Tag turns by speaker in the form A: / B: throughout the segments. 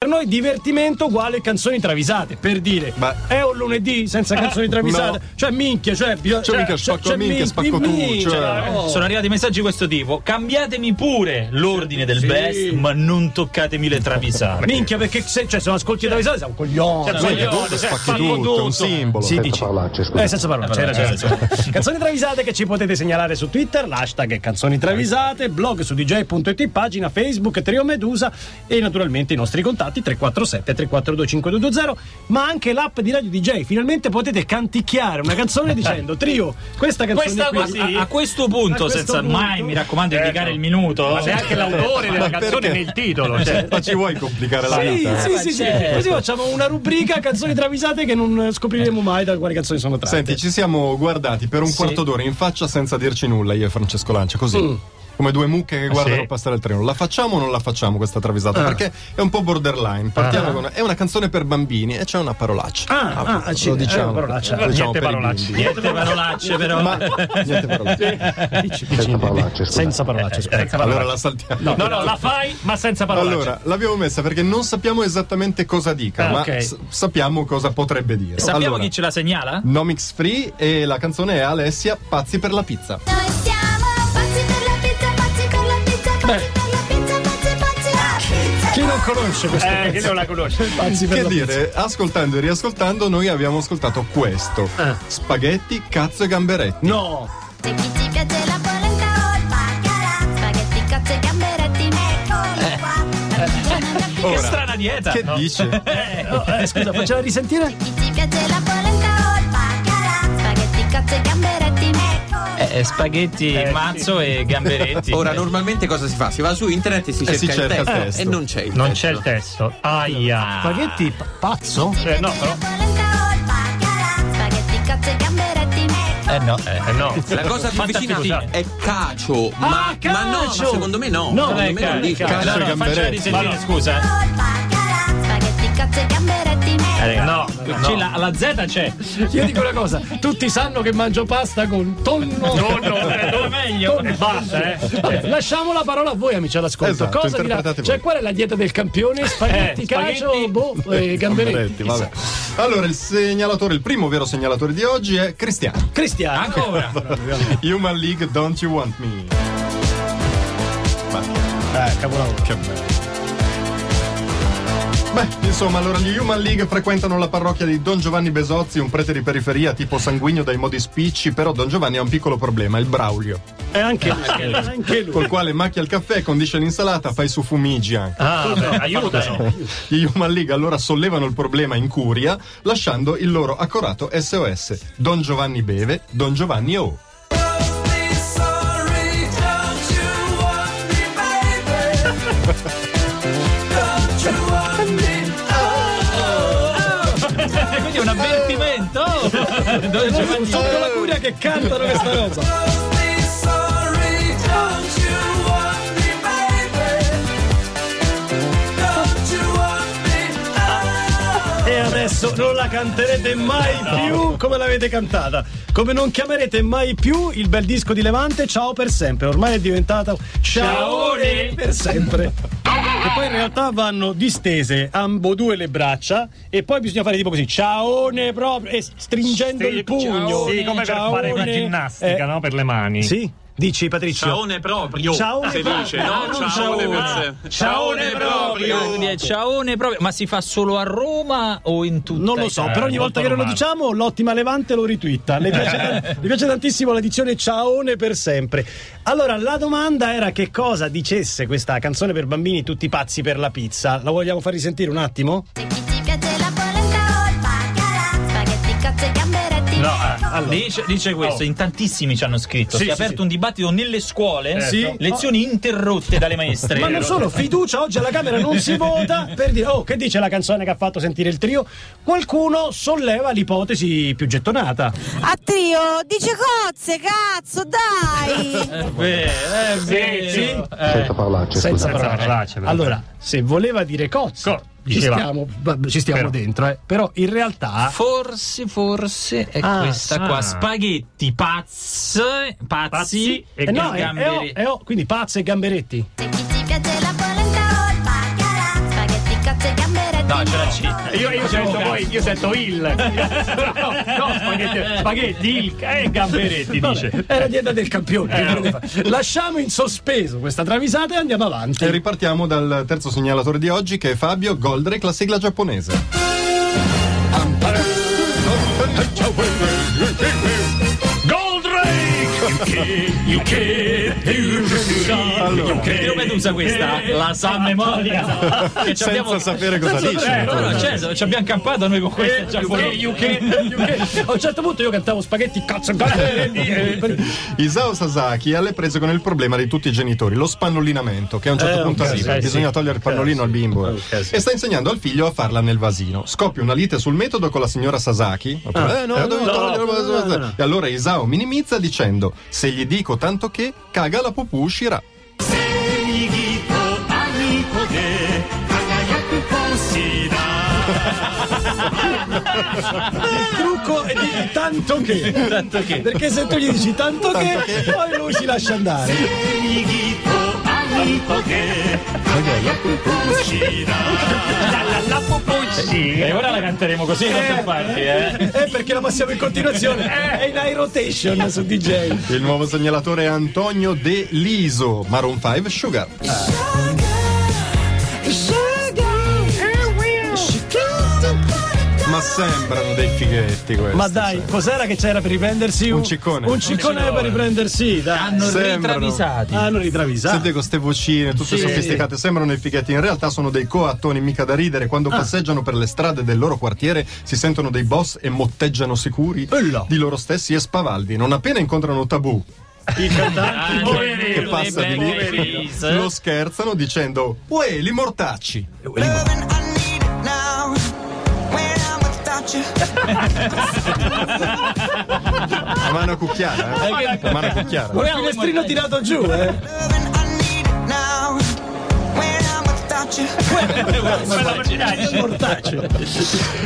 A: Per noi divertimento uguale canzoni travisate, per dire.
B: Ma- Eh,
A: È un lunedì senza canzoni travisate.
B: no.
A: Cioè minchia, cioè bisogna
B: Cioè, minchia, spacco minchia, spacco tu, cioè.
C: Oh.
D: Sono arrivati messaggi di questo tipo: cambiatemi pure l'ordine del
A: Sì.
D: best, ma non toccatemi le
B: Eh.
D: travisate.
A: Minchia perché se, cioè, se non ascolti travisate sei un coglione.
D: Cioè,
B: Guarda,
D: voglio-
B: dopo
D: cioè,
B: spacchi
D: fanno
B: tutto, è un
D: tutto.
B: simbolo.
A: Sì, dici.
E: parolacce, scusa.
A: Eh, senza parole, c'hai
D: Eh,
A: ragione.
D: ragione.
A: insomma. canzoni travisate che ci potete segnalare su Twitter, l'hashtag è canzoni travisate, blog su dj.it, pagina Facebook Trio Medusa e naturalmente i nostri contatti 347 342 5220, ma anche l'app di Radio DJ. Finalmente potete canticchiare una canzone dicendo Trio, questa canzone
D: Questa-
A: qui, Ah,
D: a, a- a questo punto,
A: A questo
D: senza
A: punto.
D: mai mi raccomando indicare il minuto,
C: Eh,
D: eh,
C: Ma c'è anche l'autore della
B: Ma
C: canzone
B: perché? Eh,
C: nel titolo. Cioè.
B: Ma ci vuoi complicare la
A: ah, Sì,
B: vita?
A: sì, sì, sì. Così facciamo una rubrica canzoni travisate che non scopriremo mai da quali canzoni sono tratte.
B: Senti, ci siamo guardati per un quarto d'ora in faccia senza dirci nulla io e Francesco Lancia, così. Come due mucche che guardano
C: sì.
B: passare il treno. La facciamo o non la facciamo questa travisata? Perché è un po' borderline. Partiamo con una, è una canzone per bambini e c'è una parolaccia.
A: Ah, ah,
B: lo
A: accidenti, è
B: diciamo.
A: una parolaccia.
B: lo diciamo
C: Niente
B: per i
C: parolacce.
B: bimbi.
D: niente parolacce, però.
B: Ma niente parolacce.
A: Dici, dici,
E: Senza
A: dici.
E: parolacce, scusa.
A: Senza parolacce, scusa.
B: Allora la saltiamo.
C: No, no, la fai, ma senza parolacce.
B: Allora, l'abbiamo messa perché non sappiamo esattamente cosa dica,
C: Ah,
B: ma
C: ok.
B: s- sappiamo cosa potrebbe dire.
D: Sappiamo
B: allora,
D: chi ce la segnala?
B: Nomics Free e la canzone è Alessia Pazzi per la pizza.
F: Noi siamo pazzi per la pizza, pazzi per la pizza, pazzi per la pizza, pazzi, pazzi. La
A: Chi non conosce questo
C: Eh, che non la conosce.
A: Anzi, per
B: Che
A: la
B: dire, ascoltando e riascoltando, noi abbiamo ascoltato questo:
C: Ah.
B: spaghetti, cazzo e gamberetti.
A: No,
F: Se chi ci piace la polenta o il baccalà, spaghetti, cozze, gamberetti, eccoli qua. La pizza non è più-
D: Che
B: Ora,
D: strana
C: Ah,
D: dieta!
B: Che
D: no?
B: dice?
A: eh, scusa, facciamo risentire?
F: Chi ci piace la polenta o il baccalà, spaghetti, cozze, gamberetti, eccoli
D: Eh, eh, spaghetti, mazzo e gamberetti.
G: Ora, normalmente cosa si fa? Si va su internet e si
A: Eh,
G: cerca,
B: si cerca il
G: il, testo,
B: testo.
G: e non c'è il
C: Non
G: testo.
C: c'è il testo.
D: Ah.
C: Aia.
A: Spaghetti pa- pazzo?
C: Eh, no,
F: la
C: però.
F: polenta o il baccalà, spaghetti, cozze, gamberetti, eccoli
D: Eh no,
C: Eh,
D: eh.
C: no.
B: Cioè,
G: La cosa più
C: Fantastico,
G: vicina
C: sai.
G: è cacio, ma,
A: Ah,
G: ma no, ma
A: cacio!
G: secondo me no.
A: No,
G: secondo
A: non è
G: me non
A: cacio,
G: dica.
B: cacio.
D: No, no,
B: Gamberetti.
D: faccela risentire, scusa.
F: qua. O il baccalà, spaghetti, cozze, gamberetti, eccoli
D: Eh,
F: qua.
C: Eh, No,
D: C'è
C: no.
D: la, la Z c'è.
A: Io dico una cosa, tutti sanno che mangio pasta con tonno.
C: No, no, eh, no, meglio. E basta, eh.
A: Vabbè, Lasciamo la parola a voi, amici all'ascolto.
B: Esatto,
A: Cosa dirà-
B: interpretate voi.
A: Cioè, qual è la dieta del campione? Spaghetti,
C: Eh,
A: cacio,
C: spaghetti.
A: boh, e gamberetti.
B: Gamberetti, vabbè. Allora, il segnalatore, il primo vero segnalatore di oggi è Cristiano.
A: Cristiano.
D: Ancora.
B: Human League, don't you want me?
A: Eh, capolavoro.
B: Che bello. Beh, insomma, allora gli Human League frequentano la parrocchia di Don Giovanni Besozzi, un prete di periferia tipo sanguigno dai modi spicci, però Don Giovanni ha un piccolo problema, il Braulio,
A: E Eh, anche lui. anche lui.
B: col quale macchia il caffè, condisce l'insalata, fa i sufumigi anche.
C: Ah, beh, aiutano.
B: Gli Human League allora sollevano il problema in curia, lasciando il loro accorato SOS. Don Giovanni beve, Don Giovanni oh.
D: Quindi è un avvertimento. Dove c'è
A: Sono Sotto la curia che cantano questa cosa. E adesso non la canterete mai più come l'avete cantata. Come non chiamerete mai più il bel disco di Levante Ciao per sempre. Ormai è diventato Ciao
C: Ciaone.
A: per sempre. E poi in realtà vanno distese ambodue le braccia e poi bisogna fare tipo così ciaone proprio e stringendo
C: Sì,
A: il pugno.
C: Sì, come per fare una
A: Ciaone.
C: ginnastica,
A: Eh,
C: no? Per le mani.
A: Sì, dici Patricio.
D: proprio.
A: Ciaone
H: si
A: proprio.
H: dice,
A: Ah,
H: no?
A: non
H: Ciaone per
A: ciaone.
H: sempre.
D: Ciaone proprio. Ciaone proprio. Ma si fa solo a Roma o in Eh, tutta
A: Non lo so,
D: Italia?
A: però ogni volta che non lo
C: Eh, romano. Eh.
A: diciamo, l'ottima Levante lo ritwitta. Le piace, tan- le piace tantissimo l'edizione Ciaone per sempre. Allora, la domanda era che cosa dicesse questa canzone per bambini tutti pazzi per la pizza. La vogliamo far risentire un attimo?
F: Se chi ci piace la polenta o il baccalà, spaghetti, cozze, gamberetti,
C: No,
F: eccoli
C: eh,
F: qua.
D: Dice, dice questo,
C: Oh.
D: in tantissimi ci hanno scritto.
C: Sì,
D: si è
C: sì,
D: aperto
C: sì. Eh,
D: un dibattito nelle scuole,
C: Sì.
D: lezioni interrotte dalle maestre.
A: Ma non solo, fiducia oggi alla Camera non si vota per dire, oh, che dice la canzone che ha fatto sentire il trio? Qualcuno solleva l'ipotesi più gettonata.
I: A trio, dice cozze, cazzo, dai!
D: Eh, beh, eh, beh,
C: sì.
D: eh.
E: Senza parolacce, scusa.
A: Senza parolacce.
C: parolacce, però.
A: Allora, se voleva dire cozze,
C: Co-
A: ci
C: diceva.
A: stiamo, ci stiamo
C: Però.
A: dentro, eh. però in realtà...
D: Forse, forse è
A: Ah,
D: questa qua.
C: ah.
D: Spaghetti pazz, pazzi,
C: Pazzi
D: e
C: e
A: Eh no, è- è-
D: gamberi.
A: è- è- quindi pazze e gamberetti.
F: Se chi ci piace la polenta o il baccalà, spaghetti, cozze, gamberetti,
D: No, c'è la C.
C: Io, io sento voi, io sento il. No, no, spaghetti, spaghetti, il e gamberetti dice.
A: È la dieta del campione. che volete fare? Lasciamo in sospeso questa travisata e andiamo avanti.
B: E ripartiamo dal terzo segnalatore di oggi che è Fabio Goldrake, la sigla giapponese. Allora,
D: Io Medusa questa la sa a memoria. Che eh, esatto. ci abbiamo-
B: senza sapere cosa dice.
D: Eh, no, no, certo, ci abbiamo campato noi con questa già fuori.
A: A un certo punto io cantavo spaghetti cazzo e gamberetti. eh.
B: Isao Sasaki è alle prese con il problema di tutti i genitori, lo spannolinamento, che a un certo
A: Eh,
B: punto
A: ok,
B: arriva,
A: sì,
B: bisogna
A: sì.
B: togliere il pannolino al bimbo. eh.
A: Ok, sì.
B: E sta insegnando al figlio a farla nel vasino. Scoppia una lite sul metodo con la signora Sasaki. Eh, no, devo
A: Ah. no,
B: togliere il
A: no,
B: vasino.
A: no, no.
B: E allora Isao minimizza dicendo: Se gli dico tanto che, caga la pupù uscirà.
A: Il trucco è di tanto che. Perché se tu gli dici tanto, che, poi lui si lascia andare.
C: E ora la canteremo così, non per farti, eh.
A: Eh, perché la passiamo in continuazione. È in high rotation su DJ.
B: Il nuovo segnalatore è Antonio De Liso, Maroon 5 Sugar. Ma sembrano dei fighetti questi. cioè.
A: Ma dai, cos'era che c'era per riprendersi?
B: Un ciccone.
A: Un ciccone per riprendersi, dai. Ah,
D: Hanno
B: Sembrano.
D: ritravisati.
A: Hanno ritravisato.
B: Sentite queste vocine tutte sofisticate, sembrano dei fighetti, in realtà sono dei coattoni mica da ridere, quando
A: Ah.
B: passeggiano per le strade del loro quartiere si sentono dei boss e motteggiano sicuri
A: Bella.
B: di loro stessi e spavaldi, non appena incontrano Tabù
A: I cantanti.
D: Ah,
C: Poverino,
B: che passa di lì, lo scherzano dicendo Uè, li mortacci! A mano cucchiara, eh? A mano cucchiara.
A: Un finestrino tirato giù, eh. Mortaccio.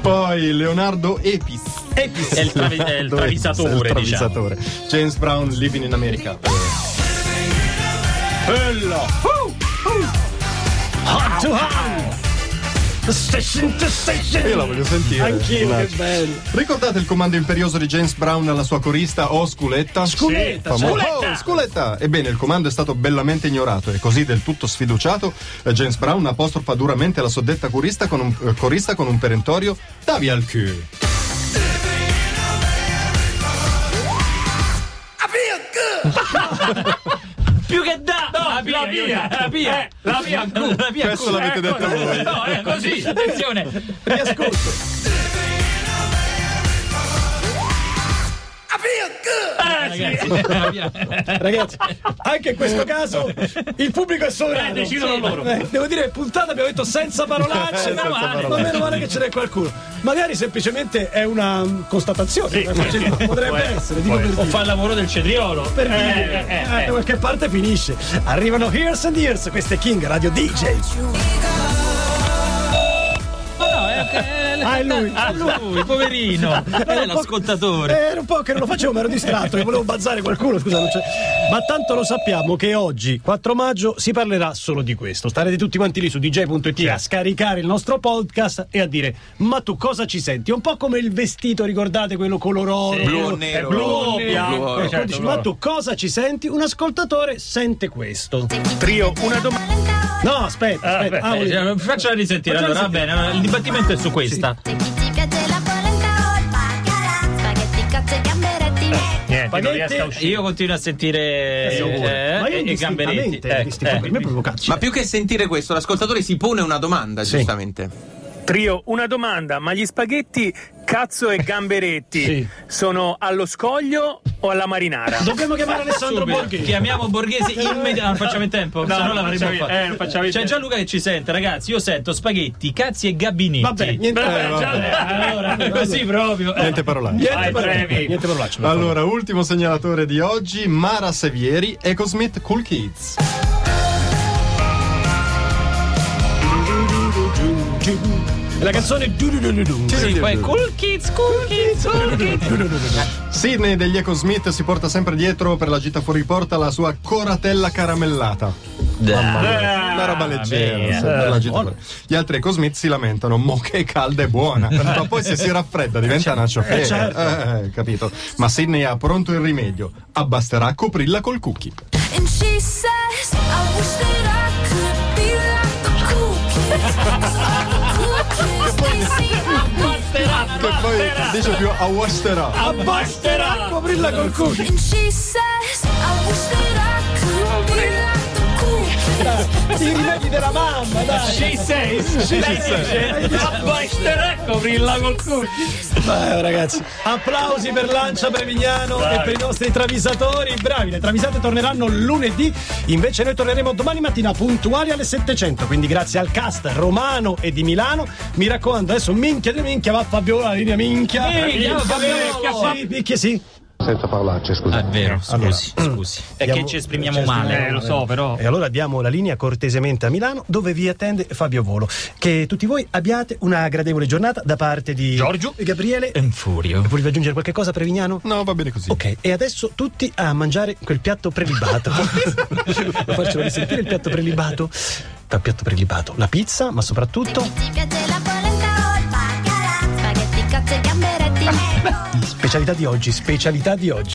B: Poi Leonardo Epis.
D: È il, travi- è il travisatore,
B: Il
D: diciamo.
B: travisatore. James Brown, Living in America. Bello!
A: Hot to hot. Station to station.
B: Io la voglio sentire.
A: Anch'io,
B: Un
A: che
B: attimo.
A: bello.
B: Ricordate il comando imperioso di James Brown alla sua corista O Sculetta?
A: Sculetta,
B: Famo-
A: Sculetta!
B: Oh, Sculetta! Ebbene, il comando è stato bellamente ignorato e così del tutto sfiduciato, eh, James Brown apostrofa duramente la soddetta corista con un, eh, corista con un perentorio Davi al cu.
D: Più che da! la via,
C: la via,
D: la via,
C: eh, la via,
D: la via.
B: Questo
D: ancora.
B: l'avete detto
C: ecco,
B: voi.
D: No, è così, attenzione.
A: Riascolto.
D: Ragazzi, la via.
A: Ragazzi, anche in questo caso il pubblico è sovrano.
C: Eh, decidono loro.
A: Eh, devo dire, puntata abbiamo detto senza parolacce.
B: Senza
A: meno male.
B: parolacce.
A: Ma meno male che ce n'è qualcuno. Magari semplicemente è una mm, constatazione. Cioè, potrebbe essere, dico per
C: O
A: dire.
C: fa il lavoro del cetriolo.
A: Per
C: Eh,
A: dire,
C: eh,
A: eh,
C: eh.
A: da qualche parte finisce. Arrivano Hears and Hears, queste King Radio DJ.
D: Ma no, è, è,
A: Ah, è lui.
D: Ah, lui, poverino. Non
A: Era
D: è
A: un po'
D: l'ascoltatore.
A: Eh, Era un po' che non lo facevo, mi ero distratto, che volevo bazzare qualcuno, scusa, non c'è. Ma tanto lo sappiamo che oggi, 4 maggio, si parlerà solo di questo. Starete tutti quanti lì su dj.it a scaricare il nostro podcast e a dire "Ma tu cosa ci senti?". È un po' come il vestito, ricordate quello color oro,
G: Blu
A: quello-
G: o nero.
A: eh, blu
G: Blu
A: o
G: o
A: bianco.
G: nero.
A: E tu
C: Certo,
A: dici,
C: allora.
A: "Ma tu cosa ci senti?". Un ascoltatore sente questo.
C: Trio, una domanda.
A: No, aspetta,
C: Ah,
A: aspetta.
C: beh,
A: Ah, volevi-
D: Eh, Facciala risentire, allora va bene, allora, il dibattimento è su questa.
F: Se chi ci piace la polenta o il baccalà, spaghetti, cozze, gamberetti, ecco.
C: Niente, non
A: Spaghetti.
C: riesco a uscire.
D: Io continuo a sentire
A: Io pure.
D: eh,
A: ma io
D: i gamberetti. Eh,
A: indistintamente, indistintamente, per me è proprio caccia.
G: Ma più che sentire questo, l'ascoltatore si pone una domanda, giustamente.
E: Trio, una domanda, ma gli spaghetti cazzo e gamberetti
A: Sì.
E: sono allo scoglio o alla marinara?
A: Dobbiamo chiamare Alessandro
D: Subito.
A: Borghese.
D: Chiamiamo Borghese immediatamente. Ah, non facciamo in tempo,
C: No,
D: se no
C: non
D: la faremo
C: facciamo-
D: fatta.
C: eh, non facciamo in
D: C'è
C: tempo.
D: Gianluca che ci sente, ragazzi. Io sento spaghetti, cazzi e gabinetti.
A: Vabbè, niente,
C: Vabbè,
A: eh,
C: già-
A: vabbè.
C: eh,
D: Allora,
C: allora,
D: così proprio. Eh.
B: Niente parolacce.
A: Niente
C: Vai,
A: parolacce,
C: brevi.
A: niente parolacce, per favore.
B: Allora, ultimo segnalatore di oggi, Mara Sevieri, Ecosmith Cool Kids.
A: la canzone du du du du du.
D: Sì, poi cool kids, cool kids, cool kids.
B: Sidney degli Ecosmith si porta sempre dietro per la gita fuori porta la sua coratella caramellata. Mamma mia,
C: Ah,
B: una roba leggera.
C: via.
B: sì, per l'agitatore. Gli altri Cosmit si lamentano, mo che è calda e buona, però poi se si raffredda diventa una ciofera. Eh, capito? Ma Sidney ha pronto il rimedio, abbasterà coprirla col cookie.
F: And she says, I wish that I could be like the cool kids. 'Cause all the cool kids, they seem like
B: Che poi dice più a Wasterà.
A: Abbasterà coprirla col culo.
F: And she says, I wish that I could be like the cool kids.
A: I rimedi della mamma, dai.
C: She says, she says, abbasterà coprirla col culo.
A: Beh, eh, ragazzi, applausi per Lancia Prevignano e per i nostri travisatori. Bravi, le travisate torneranno lunedì. Invece, noi torneremo domani mattina puntuali alle 700. Quindi, grazie al cast romano e di Milano. Mi raccomando, adesso minchia di minchia, va Fabiola, la linea minchia.
C: Minchia, Fabiola.
A: Sì, minchia, sì.
H: Senza parlarci,
D: Ah, È
H: scusate.
D: vero, scusi, scusi. Perché
A: Andiamo-
D: ci esprimiamo
A: ci
D: male.
C: Eh, lo so, però.
A: E allora diamo la linea cortesemente a Milano, dove vi attende Fabio Volo. Che tutti voi abbiate una gradevole giornata da parte di
C: Giorgio.
A: e Gabriele.
D: È un furio.
A: Volevi aggiungere qualche cosa, Prevignano?
B: No, va bene così.
A: Ok, e adesso tutti a mangiare quel piatto prelibato. Lo faccio risentire il piatto prelibato. Il piatto prelibato, la pizza, ma soprattutto
F: Ti piace la polenta o il baccalà? Spaghetti, cozze, gamberetti, e col-
A: specialità di oggi, specialità di oggi.